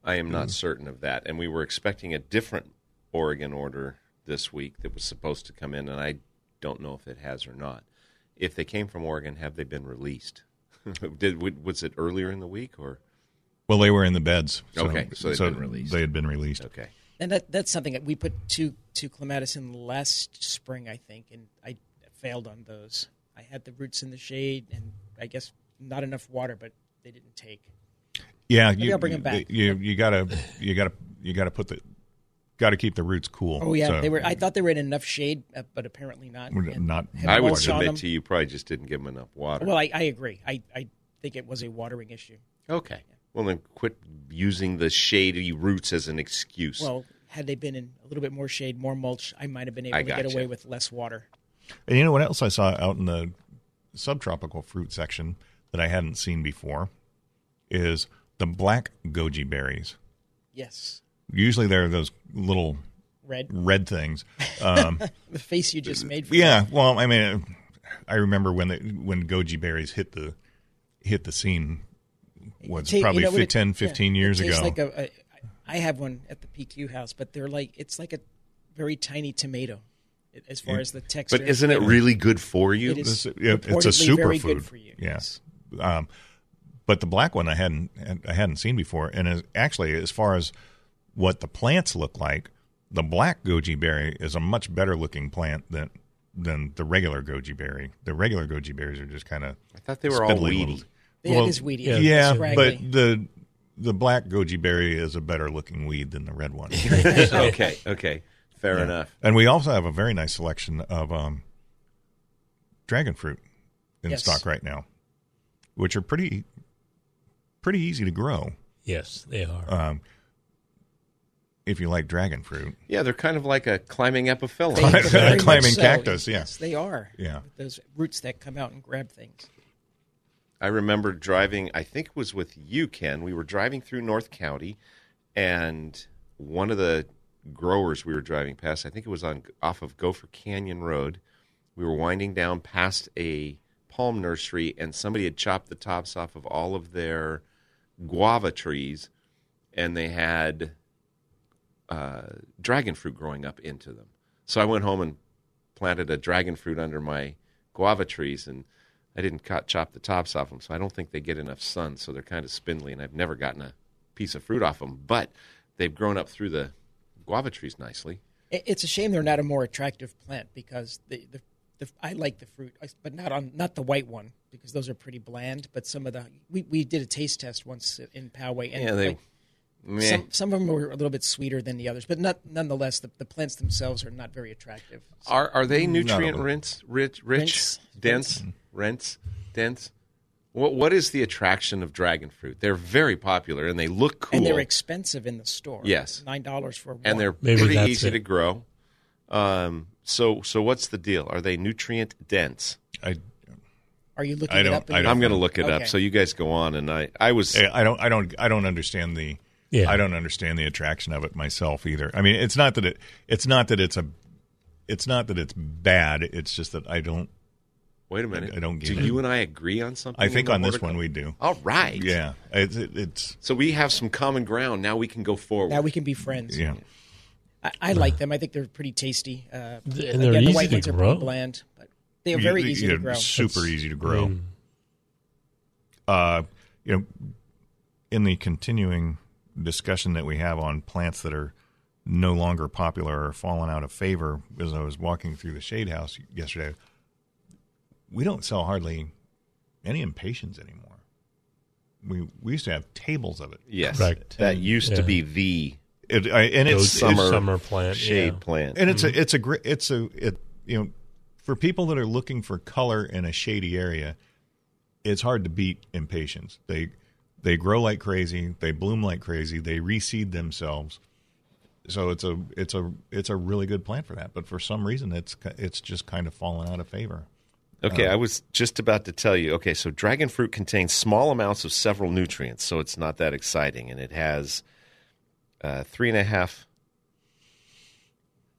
C: I am not certain of that. And we were expecting a different Oregon order this week that was supposed to come in, and I don't know if it has or not. If they came from Oregon, have they been released? Did w- was it earlier in the week or
B: Well, they were in the beds.
C: Okay, so they'd been released.
B: They had been released.
C: okay?
D: And that that's something that we put two two clematis in last spring, I think, and I failed on those. I had the roots in the shade, and I guess not enough water, but they didn't take.
B: Yeah,
D: Maybe
B: you,
D: I'll bring 'em back.
B: You you gotta you gotta you gotta put the gotta keep the roots cool.
D: Oh yeah,
B: So-
D: they were. I thought they were in enough shade, uh, but apparently not.
B: We're
D: And
B: not-
D: had
C: I would
D: once shot
C: submit
D: them.
C: to you probably just didn't give them enough water.
D: Well, I, I agree. I, I think it was a watering issue.
C: okay. Well, then quit using the shady roots as an excuse.
D: Well, had they been in a little bit more shade, more mulch, I might have been able
C: I
D: to get
C: gotcha.
D: away with less water.
B: And you know what else I saw out in the subtropical fruit section that I hadn't seen before is the black goji berries.
D: Yes,
B: Usually they're those little
D: Red.
B: red things. Um,
D: the face you just made. For
B: yeah, well, I mean, I remember when they, when goji berries hit the hit the scene was
D: Ta- you
B: probably
D: know what
B: fif-
D: it-
B: 10,
D: yeah,
B: 15
D: it
B: years
D: tastes
B: ago.
D: Like a, a, I have one at the PQ house, but they're like it's like a very tiny tomato as
B: Mm.
D: far as the texture.
C: but isn't it really good for you?
D: It is
B: This- yeah, it's a
D: reportedly very
B: superfood.
D: good for you,
B: Yeah. Um, but the black one I hadn't I hadn't seen before, and as, actually, as far as what the plants look like, the black goji berry is a much better looking plant than than the regular goji berry. The regular goji berries are just kind of
C: I thought they were all weedy.
D: Yeah, it is weedy.
B: Yeah,
D: It's
B: but
D: scraggly.
B: the the black goji berry is a better looking weed than the red one.
C: okay, okay, fair
B: Yeah.
C: enough.
B: And we also have a very nice selection of um, dragon fruit in
D: Yes.
B: stock right now, which are pretty pretty easy to grow
E: Yes, they are.
B: um, if you like dragon fruit.
C: Yeah, they're kind of like a climbing epiphyllum.
D: They- they're very much
B: climbing
D: so.
B: cactus, yeah.
D: Yes, they are.
B: Yeah.
D: those roots that come out and grab things.
C: I remember driving, I think it was with you, Ken. We were driving through North County, and one of the growers we were driving past, I think it was on off of Gopher Canyon Road. We were winding down past a palm nursery, and somebody had chopped the tops off of all of their guava trees, and they had uh, dragon fruit growing up into them. So I went home and planted a dragon fruit under my guava trees, and I didn't cut, chop the tops off them, so I don't think they get enough sun. So they're kind of spindly, and I've never gotten a piece of fruit off them. But they've grown up through the guava trees nicely.
D: It- It's a shame they're not a more attractive plant because the, the, the I like the fruit, but not on not the white one because those are pretty bland. But some of the we, we did a taste test once in Poway, and
C: Yeah, they.
D: like,
C: meh.
D: some some of them were a little bit sweeter than the others, but not nonetheless the, the plants themselves are not very attractive.
C: are are they nutrient
B: really.
C: rinse, rich, rich,
D: Rinse.
C: dense, rinse, dense? What what is the attraction of dragon fruit? They're very popular and they look cool.
D: And they're expensive in the store.
C: Yes.
D: nine dollars for one.
C: and they're
E: Maybe
C: pretty
E: that's
C: easy
E: it.
C: to grow. Um, so so what's the deal? Are they nutrient dense?
B: I
D: are you looking
B: I
D: it
B: don't-
D: up? in
B: I
D: the-
B: don't-
C: I'm going to look it up.
D: Okay.
C: So you guys go on, and I I was
B: I don't I don't I don't understand the
E: Yeah.
B: I don't understand the attraction of it myself either. I mean, it's not that it it's not that it's a it's not that it's bad. It's just that I don't.
C: Wait a minute.
B: I don't get
C: Do
B: it.
C: you and I agree on something?
B: I think
C: the
B: on this
C: horticulture?
B: one we do.
C: All right.
B: Yeah, it's it, it's
C: So we have some common ground. Now we can go forward.
D: Now we can be friends.
B: yeah.
D: I, I like them. I think they're pretty tasty. Uh,
E: Th- and they're
D: again, the
E: easy
D: white
E: to
D: ones are
E: grow.
D: pretty bland, but they are very
B: You-
D: easy
B: you
D: to
B: know,
D: grow.
B: Super
E: That's-
B: easy to grow.
A: Mm.
E: Mm,
B: Uh, you know, in the continuing discussion that we have on plants that are no longer popular or fallen out of favor, as I was walking through the shade house yesterday, we don't sell hardly any impatiens anymore. We we used to have tables of it.
C: yes.
E: Correct.
C: That used to
E: Yeah.
C: be the
B: It I, and it's
E: Goji-
B: it's-
C: summer,
E: summer plant,
C: shade
E: yeah.
C: plant.
B: and it's a it's a great it's a it you know for people that are looking for color in a shady area it's hard to beat impatiens they they grow like crazy they bloom like crazy they reseed themselves so it's a it's a it's a really good plant for that but for some reason it's ki- it's just kind of fallen out of favor
D: Uh-huh.
C: Okay, I was just about to tell you. Okay, so dragon fruit contains small amounts of several nutrients, so it's not that exciting, and it has uh, three and a half.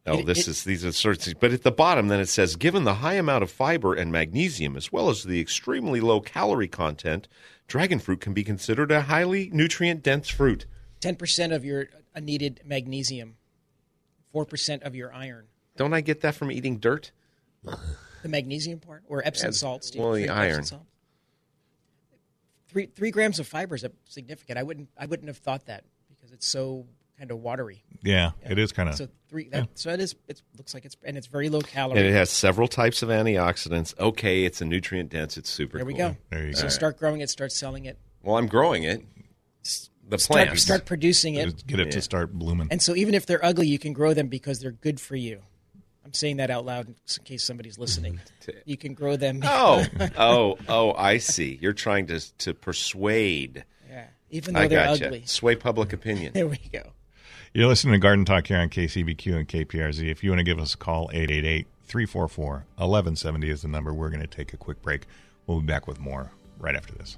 C: Oh,
D: It-
C: this
D: it-
C: is these are certain, but at the bottom, then it says, given the high amount of fiber and magnesium, as well as the extremely low calorie content, dragon fruit can be considered a highly nutrient dense fruit.
D: Ten percent of your uh, needed magnesium, four percent of your iron.
C: Don't I get that from eating dirt?
D: The magnesium part, or Epsom
C: Yeah,
D: salts? do you
C: well,
D: take
C: the
D: Epsom
C: iron.
D: salt? Three three grams of fiber is a- significant. I wouldn't I wouldn't have thought that because it's so kind of watery.
B: Yeah, it is kind of.
D: So three. That, So it is. It looks like it's and it's very low calorie.
C: And it has several types of antioxidants. Okay, it's a nutrient dense. It's super.
D: There we
C: cool.
D: go. so start growing it. Start selling it.
C: Well, I'm growing it. The
D: Start-
C: plants.
D: Start, producing it.
B: Get it to start blooming.
D: And so even if they're ugly, you can grow them because they're good for you. I'm saying that out loud in s- case somebody's listening. You can grow them.
C: Oh, oh, oh! I see. You're trying to to persuade.
D: Yeah. Even though
C: I
D: they're
C: gotcha.
D: ugly.
C: Sway public opinion.
D: There we go.
B: You're listening to Garden Talk here on KCBQ and KPRZ. If you want to give us a call, 888 344 1170 is the number. We're going to take a quick break. We'll be back with more right after this.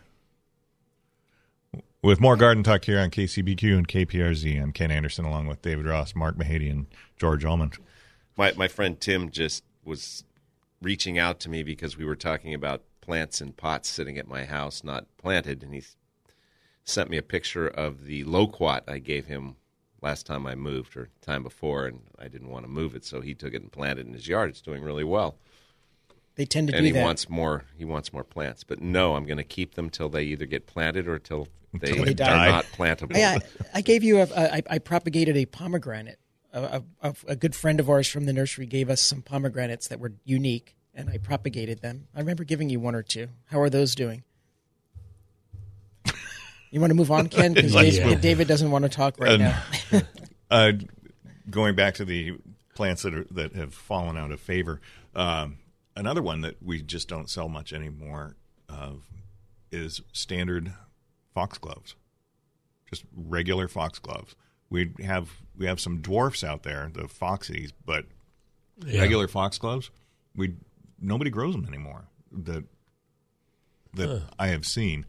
B: with more Garden Talk here on KCBQ and KPRZ. I'm Ken Anderson along with David Ross, Mark Mahady, and George Almond.
C: My my friend Tim just was reaching out to me because we were talking about plants and pots sitting at my house, not planted, and he s- sent me a picture of the loquat I gave him last time I moved or time before, and I didn't want to move it, so he took it and planted it in his yard. It's doing really well.
D: They tend to
C: and
D: do
C: he
D: that.
C: wants more. He wants more plants, but no, I'm going to keep them till they either get planted or till they,
B: Till
C: are
B: they die.
C: not plantable.
D: I, I, I gave you a, a, I, I propagated a pomegranate. A, a- a- a good friend of ours from the nursery gave us some pomegranates that were unique, and I propagated them. I remember giving you one or two. How are those doing? You want to move on, Ken? Because
B: Let's
D: David,
B: move. Um,
D: David doesn't want to talk right
B: And,
D: now.
B: uh, going back to the plants that are, that have fallen out of favor, um, another one that we just don't sell much anymore of is standard foxgloves, just regular foxgloves. We have we have some dwarfs out there, the foxies, but
E: Yeah.
B: regular foxgloves, we nobody grows them anymore. That that I have seen,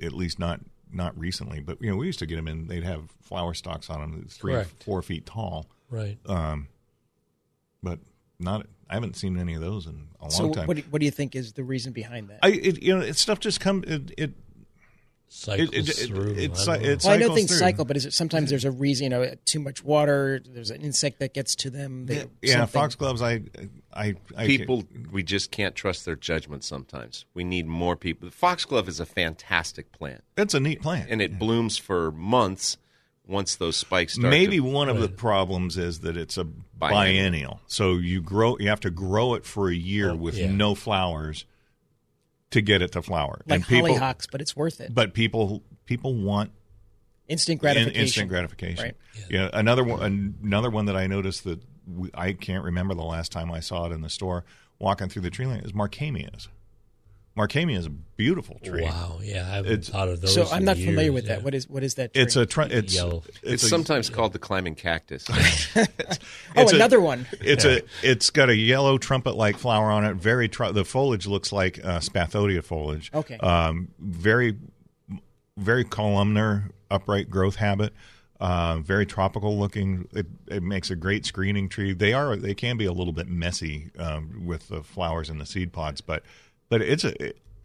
B: at least not not recently. But you know, we used to get them in. They'd have flower stalks on them, that's three
E: Correct.
B: four feet tall.
E: Right.
B: Um, but not. I haven't seen any of those in a long
D: So,
B: time.
D: what do, what do you think is the reason behind that?
B: I it, you know it, stuff just come it it
E: Cycles
B: it- it-
E: through.
B: it's
E: I
B: like-
E: don't know.
B: it's-
D: well, I know
B: cycles
D: things
B: through.
D: cycle, but is it sometimes there's a reason? You know, too much water. There's an insect that gets to them. They,
B: yeah
D: something-
B: foxgloves. I I, I
C: people, we just can't trust their judgment. Sometimes we need more people. The foxglove is a fantastic plant,
B: That's a neat plant.
C: and it blooms for months. Once those spikes start,
B: Maybe
C: to-
B: one of the problems is that it's a biennial.
C: Biennial.
B: So you grow, you have to grow it for a year
E: Oh,
B: with
E: yeah.
B: no flowers to get it to flower.
D: like
B: people,
D: hollyhocks, but it's worth it.
B: but people people want
D: instant
B: in-
D: gratification.
B: instant gratification.
D: Right.
B: Yeah. another one, another one that I noticed that we, I can't remember the last time I saw it in the store walking through the tree line is marcamias. Marcamia is a beautiful tree.
E: Wow. Yeah. I haven't
B: It's-
E: thought of those.
D: So I'm
E: in
D: not familiar
E: years,
D: with that.
E: yeah.
D: What is what is that? Tree?
B: It's a tr- it's
E: Yellow.
C: it's
B: a-
C: sometimes called the climbing cactus.
D: oh,
B: it's a-
D: another one.
B: It's a it's got a yellow trumpet like flower on it. Very tr- the foliage looks like uh, spathodia foliage.
D: Okay.
B: Um, very very columnar upright growth habit. Uh, very tropical looking. It, it makes a great screening tree. They are they can be a little bit messy um, with the flowers and the seed pods, but but it's a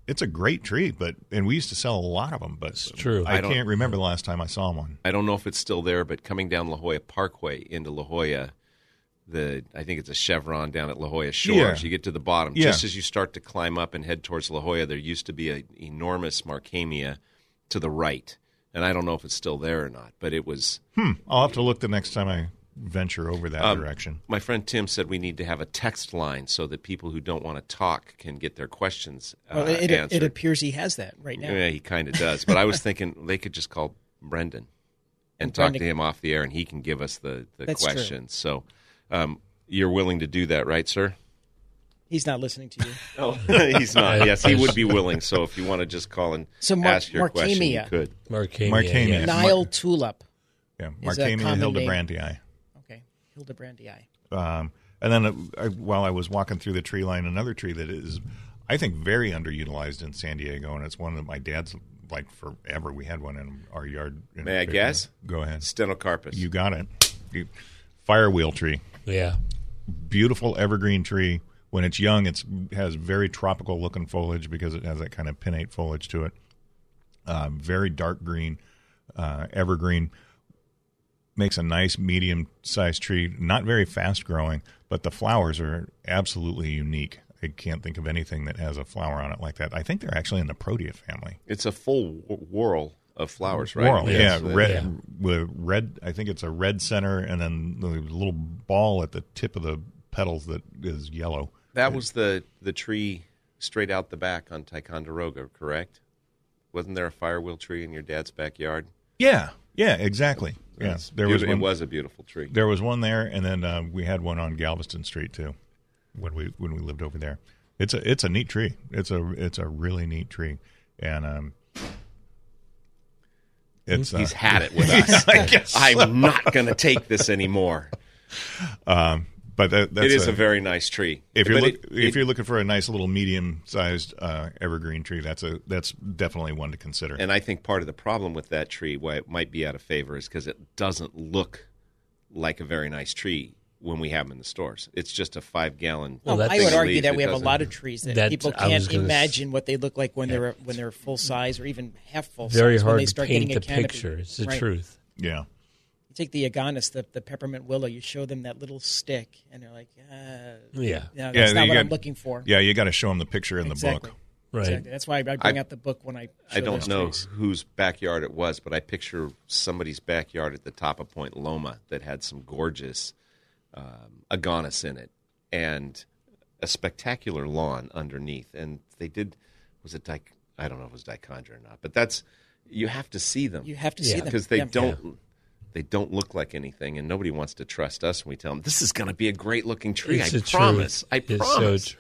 B: it's a great tree. But and we used to sell a lot of them. But
E: true.
B: I,
C: I don't-
B: can't remember the last time I saw one.
C: I don't know if it's still there, but coming down La Jolla Parkway into La Jolla, the I think it's a chevron down at La Jolla Shores.
B: Yeah.
C: You get to the bottom,
B: Yeah.
C: just as you start to climb up and head towards La Jolla, there used to be an enormous Marcamia to the right, and I don't know if it's still there or not, but it was.
B: Hmm. I'll have to look the next time I venture over that
C: Um,
B: direction.
C: My friend Tim said we need to have a text line so that people who don't want to talk can get their questions uh,
D: Well, it, it,
C: answered.
D: it appears he has that right now.
C: yeah, he kind of does, but I was thinking they could just call Brendan and talk
D: Brendan-
C: to him off the air, and he can give us the the
D: That's true.
C: questions. So, um, you're willing to do that, right, sir?
D: He's not listening to you.
C: No, he's not. Yes, he would be willing. So if you want to just call and
D: So Mar-
C: ask your question, you
D: Markamia.
C: could.
E: Markamia,
B: Markamia. yeah.
D: Nile tulip.
B: Yeah,
D: is a
B: Markamia
D: common
B: hildebrandii.
D: name. Okay, Hildebrandii.
B: Um, and then uh, I, while I was walking through the tree line, another tree that is, I think, very underutilized in San Diego, and it's one that my dad's like forever. We had one in our yard. in
C: May I
B: Fairfield.
C: guess?
B: Go ahead.
C: Stenocarpus.
B: You got it. You, firewheel tree,
E: Yeah.
B: beautiful evergreen tree. When it's young, it's has very tropical looking foliage because it has that kind of pinnate foliage to it. Uh, very dark green, uh, evergreen makes a nice medium sized tree, not very fast growing, but the flowers are absolutely unique. I can't think of anything that has a flower on it like that. I think they're actually in the Protea family.
C: It's a full wh- whirl of flowers, right?
B: Laurel,
C: Yes.
B: yeah, red, with red. I think it's a red center, and then the little ball at the tip of the petals that is yellow.
C: That was the the tree straight out the back on Ticonderoga, correct? Wasn't there a firewheel tree in your dad's backyard?
B: Yeah, yeah, exactly. Yeah,
C: It's
B: there was
C: beauti-
B: one,
C: it was a beautiful tree.
B: there was one there, and then uh, we had one on Galveston Street too when we when we lived over there. It's a it's a neat tree. It's a it's a really neat tree, and um, it's uh,
C: He's had it with us.
B: I guess so.
C: I'm not going to take this anymore.
B: um, but that, that's
C: it is a, very nice tree.
B: if you're
C: But
B: look,
C: it-
B: if
C: it-
B: you're looking for a nice little medium sized uh, evergreen tree, that's a that's definitely one to consider.
C: and I think part of the problem with that tree, why it might be out of favor, is because it doesn't look like a very nice tree when we have them in the stores. It's just a five gallon.
E: Well,
D: Oh, I
E: that's-
D: would argue
C: leaf.
D: that
C: It
D: we have a
C: doesn't-
D: lot of trees that
E: That's-
D: people
E: I was
D: can't
E: gonna s-
D: imagine what they look like when they're when they're full size or even half full size.
E: Very
D: when they
E: hard to
D: start
E: paint
D: getting a
E: the
D: canopy.
E: picture. It's the
D: Right.
E: truth.
B: yeah,
D: You take the aganis, the, the peppermint willow. You show them that little stick, and they're like, uh,
E: Yeah.
D: "No, that's
B: Yeah,
D: not
B: you
D: what
B: got-
D: I'm looking for."
B: yeah, you got to show them the picture in
D: exactly.
B: the book.
E: Right.
D: Exactly. That's why I bring
C: I-
D: out the book when I.
C: I
D: show
C: don't
D: those
C: know
D: trees.
C: whose backyard it was, but I picture somebody's backyard at the top of Point Loma that had some gorgeous um, aganis in it and a spectacular lawn underneath. And they did was it dic- I don't know if it was dichondra or not, but that's you have to see them
D: You have to see
E: Yeah.
D: them
C: because they
D: Yeah.
C: don't they don't look like anything, and nobody wants to trust us when we tell them this is going to be a great looking tree.
E: It's
C: I
E: the truth.
C: promise. I
E: It's so
C: promise.
E: true.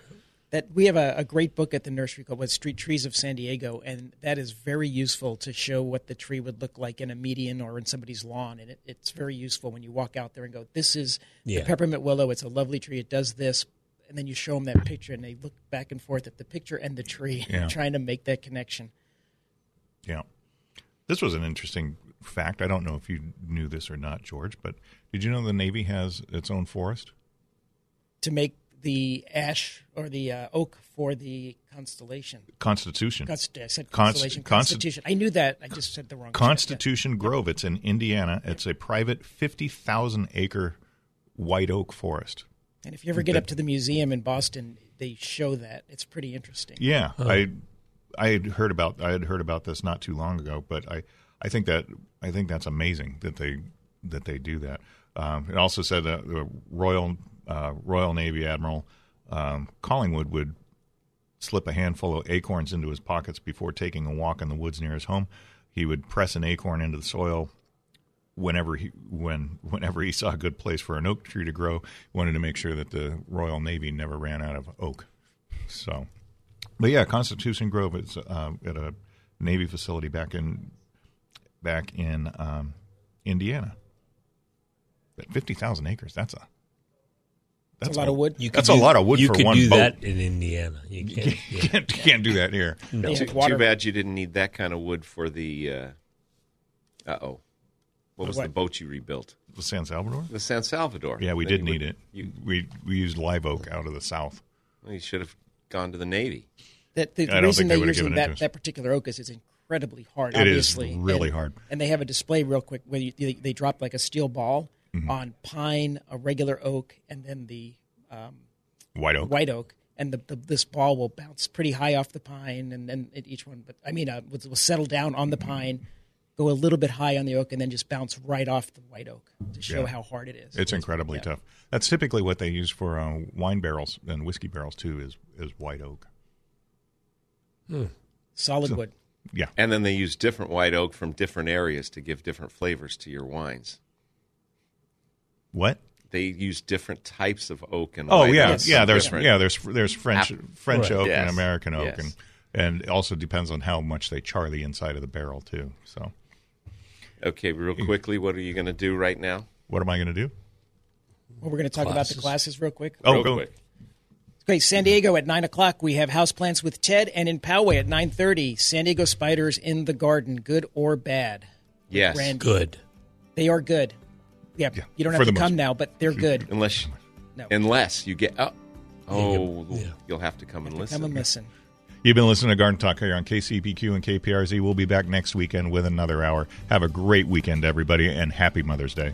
D: that we have a, a great book at the nursery called "What Street Trees of San Diego," and that is very useful to show what the tree would look like in a median or in somebody's lawn. And it, it's very useful when you walk out there and go, "This is
E: Yeah.
D: the peppermint willow. It's a lovely tree. It does this." And then you show them that picture, and they look back and forth at the picture and the tree,
B: Yeah.
D: trying to make that connection.
B: Yeah, this was an interesting fact. I don't know if you knew this or not, George, but did you know the Navy has its own forest?
D: to make the ash or the uh, oak for the constellation.
B: Constitution.
D: Const- I said
B: Const-
D: constellation.
B: const-
D: Constitution. I knew that. I just said the wrong.
B: Constitution Grove. It's in Indiana. It's a private fifty thousand acre white oak forest.
D: Yeah. And if you ever get up to the museum in Boston, they show that. It's pretty interesting.
B: Yeah, I I had heard about I had heard about this not too long ago, but I I think that I think that's amazing that they that they do that. Um, it also said that the Royal uh, Royal Navy Admiral um, Collingwood would slip a handful of acorns into his pockets before taking a walk in the woods near his home. He would press an acorn into the soil whenever he when whenever he saw a good place for an oak tree to grow. Wanted to make sure that the Royal Navy never ran out of oak. So, but yeah, Constitution Grove is uh, at a Navy facility back in back in um, Indiana. But fifty thousand acres—that's a that's
D: lot of wood. You
B: that's a lot of wood
E: you
B: for
E: could
B: one
E: do
B: boat.
E: that in Indiana. You can't.
B: You
E: yeah.
B: can't, you can't do that here.
D: They
C: Too,
D: have
C: too
D: water-
C: bad you didn't need that kind of wood for the. Uh oh, what was the
D: What?
C: boat you rebuilt?
B: The San Salvador?
C: The San Salvador.
B: Yeah, we
C: Then
B: did
C: you
B: need
C: would-
B: it.
C: You,
B: we we used live oak out of the south.
C: well, you should have gone to the Navy.
D: That the,
B: I don't
D: reason
B: think they
D: they're
B: would've
D: using
B: given it to
D: that,
B: us.
D: that particular oak is it's incredibly hard.
B: It is
D: obviously.
B: really
D: And-
B: hard.
D: And they have a display real quick where you, they, they drop like a steel ball
B: Mm-hmm.
D: on pine, a regular oak, and then the um,
B: White oak.
D: white oak, and the, the, this ball will bounce pretty high off the pine, and then at each one. But I mean, uh, will, will settle down on the pine, go a little bit high on the oak, and then just bounce right off the white oak to show how hard it is.
B: It's incredibly tough. That's typically what they use for uh, wine barrels and whiskey barrels too. Is is white oak?
D: Solid wood.
B: Yeah,
C: And then they use different white oak from different areas to give different flavors to your wines.
B: what?
C: they use different types of oak and
B: Oh
C: why
B: yeah,
C: that's
B: yeah. There's
C: different.
B: yeah there's there's French
C: Apple-
B: French
C: Right.
B: oak and
C: Yes.
B: American oak,
C: Yes.
B: and and it also depends on how much they char the inside of the barrel too. So
C: Okay, real
B: Mm.
C: quickly, what are you going to do right now?
B: what am I going to do?
D: Well, we're going to talk about the classes real quick.
B: Oh,
C: Real
B: go.
C: quick.
D: Great. San Diego at nine o'clock. We have Houseplants with Ted, and in Poway at nine thirty, San Diego spiders in the garden, good or bad.
C: Yes,
D: Randy.
E: Good.
D: They are good. Yeah, you don't
B: for
D: have to
B: the
D: come
B: most-
D: now, but they're good.
C: unless
D: No.
C: unless you get oh, oh
E: you- yeah.
C: you'll have to come and listen.
D: Come and listen.
B: You've been listening to Garden Talk here on KCPQ and KPRZ. We'll be back next weekend with another hour. Have a great weekend, everybody, and happy Mother's Day.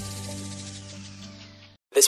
G: This